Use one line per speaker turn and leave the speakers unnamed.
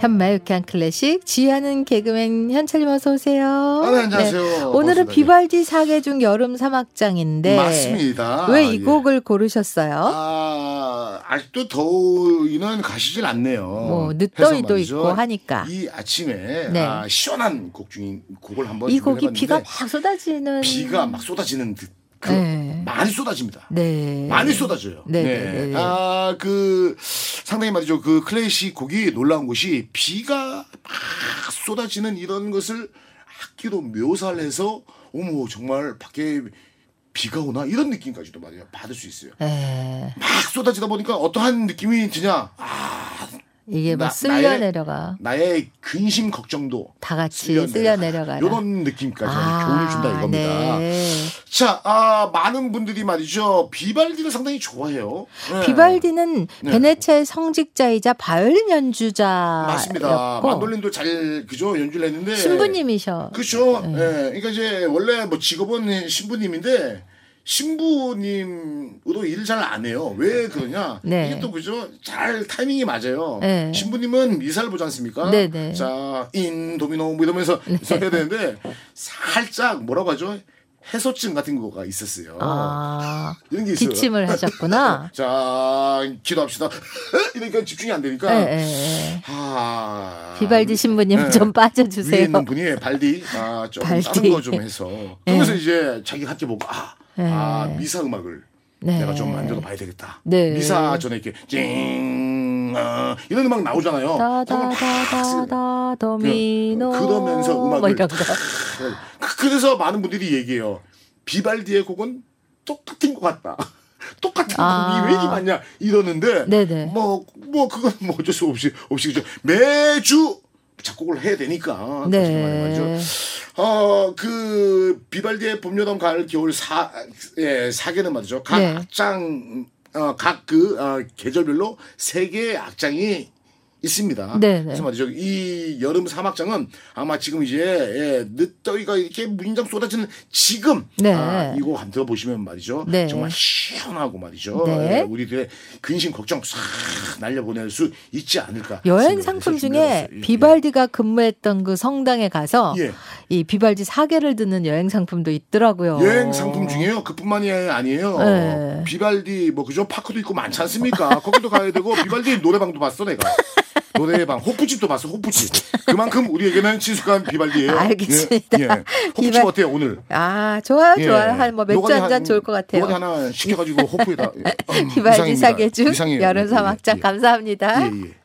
현마 유쾌한 클래식 지하는 개그맨 현철님 어서 오세요.
아, 네, 안녕하세요.
오늘은
반갑습니다.
비발디 사계 중 여름 사막장인데
맞습니다.
왜 이
예.
곡을 고르셨어요?
아, 아직도 더위는 가시질 않네요.
뭐
어, 해서
늦더위도
말이죠.
있고 하니까 이,
이 아침에
네.
아, 시원한 곡 중인 곡을 한번
곡이
준비해봤는데
비가 막 쏟아지는
비가 막 쏟아지는 듯 그,
네.
많이 쏟아집니다.
네.
많이 쏟아져요.
네, 네, 네.
아, 그 상당히 말이죠. 그 클래식 곡이 놀라운 것이 비가 막 쏟아지는 이런 것을 악기로 묘사를 해서 어머 정말 밖에 비가 오나 이런 느낌까지도 말이야 받을 수 있어요.
예.
막 쏟아지다 보니까 어떠한 느낌이 드냐?
이게 뭐
나-
쓸려
나의-
내려가
나의 근심 걱정도
다 같이 쓸려 내려가라. 아,
이런 느낌까지 교훈을 준다 이겁니다.
네.
자, 아, 많은 분들이 말이죠 비발디를 상당히 좋아해요. 네.
비발디는
네.
베네치아의 성직자이자 바이올린 연주자였고
맞습니다. 만돌린도 잘 그죠 연주를 했는데
신부님이셔.
네.
네.
그렇죠. 예. 그러니까 이제 원래 뭐 직업은 신부님인데 신부님으로 일을 잘 안 해요. 왜 그러냐?
네.
이게 또 그죠? 잘 타이밍이 맞아요.
네.
신부님은 미사를 보지 않습니까?
네, 네.
자, 인 도미노 뭐 이러면서 해야 되는데 살짝 뭐라고 하죠? 해소증 같은 거가 있었어요.
아,
이런 게 있어요.
기침을 하셨구나.
자, 기도합시다. 이러니까 집중이 안 되니까.
예, 예, 예.
네. 아,
비발디 신부님
네.
좀
위에
빠져주세요.
있는 분이 발디 아, 좀
발디.
다른 거 좀 해서 그러면서 이제 자기 학교 보고 아, 아 미사 음악을
네.
내가 좀 만들어 봐야 되겠다.
네.
미사 전에 이렇게 찡 아, 이런 음악 나오잖아요. 그걸 팍 쓰는 거예요. 네. 어,
다다다다다 도미노.
그러면서 음악을
뭐 이런 거.
그- 그래서 많은 분들이 얘기해요. 비발디의 곡은 똑같은 것 같다. 똑같은
아.
곡이 왜 이리 많냐 이러는데
네네.
뭐뭐 그건 뭐 어쩔 수 없이 없이 그죠 매주 작곡을 해야 되니까 솔직히 말해가지고.
네.
어, 그 비발디의 봄, 여름, 가을, 겨울 사, 예, 사계는 말이죠. 각
네.
악장, 어, 각 그 어, 계절별로 세 개의 악장이 있습니다.
네, 네.
그래서 말이죠. 이 여름 사막장은 아마 지금 이제 예, 늦더위가 이렇게 무인장 쏟아지는 지금
네.
아, 이거 한번 들어보시면 말이죠.
네.
정말 시원하고 말이죠.
네.
예, 우리들의 근심 걱정 싹 날려보낼 수 있지 않을까.
여행
생각해서
상품 중에
준비해봤어요. 예,
비발디가 근무했던 그 성당에 가서
예.
이 비발디 사계를 드는 여행 상품도 있더라고요.
여행 상품 중에요. 그뿐만이 아니에요.
어. 네.
비발디 뭐 그죠 파크도 있고 많지 않습니까? 거기도 가야 되고 비발디 노래방도 봤어 내가. 노래방 호프집도 봤어 호프집. 그만큼 우리에게는 친숙한 비발디예요.
알겠습니다.
예, 예. 호프집
비발-
어때요 오늘?
아, 좋아요,
예.
좋아요. 한 뭐 맥주
요거는
한 잔
한-
좋을 것 같아요.
요거는 하나 시켜가지고 호프에다. 음,
비발디
이상입니다.
사계주
이상해요.
여름 사막장
예,
감사합니다.
예, 예.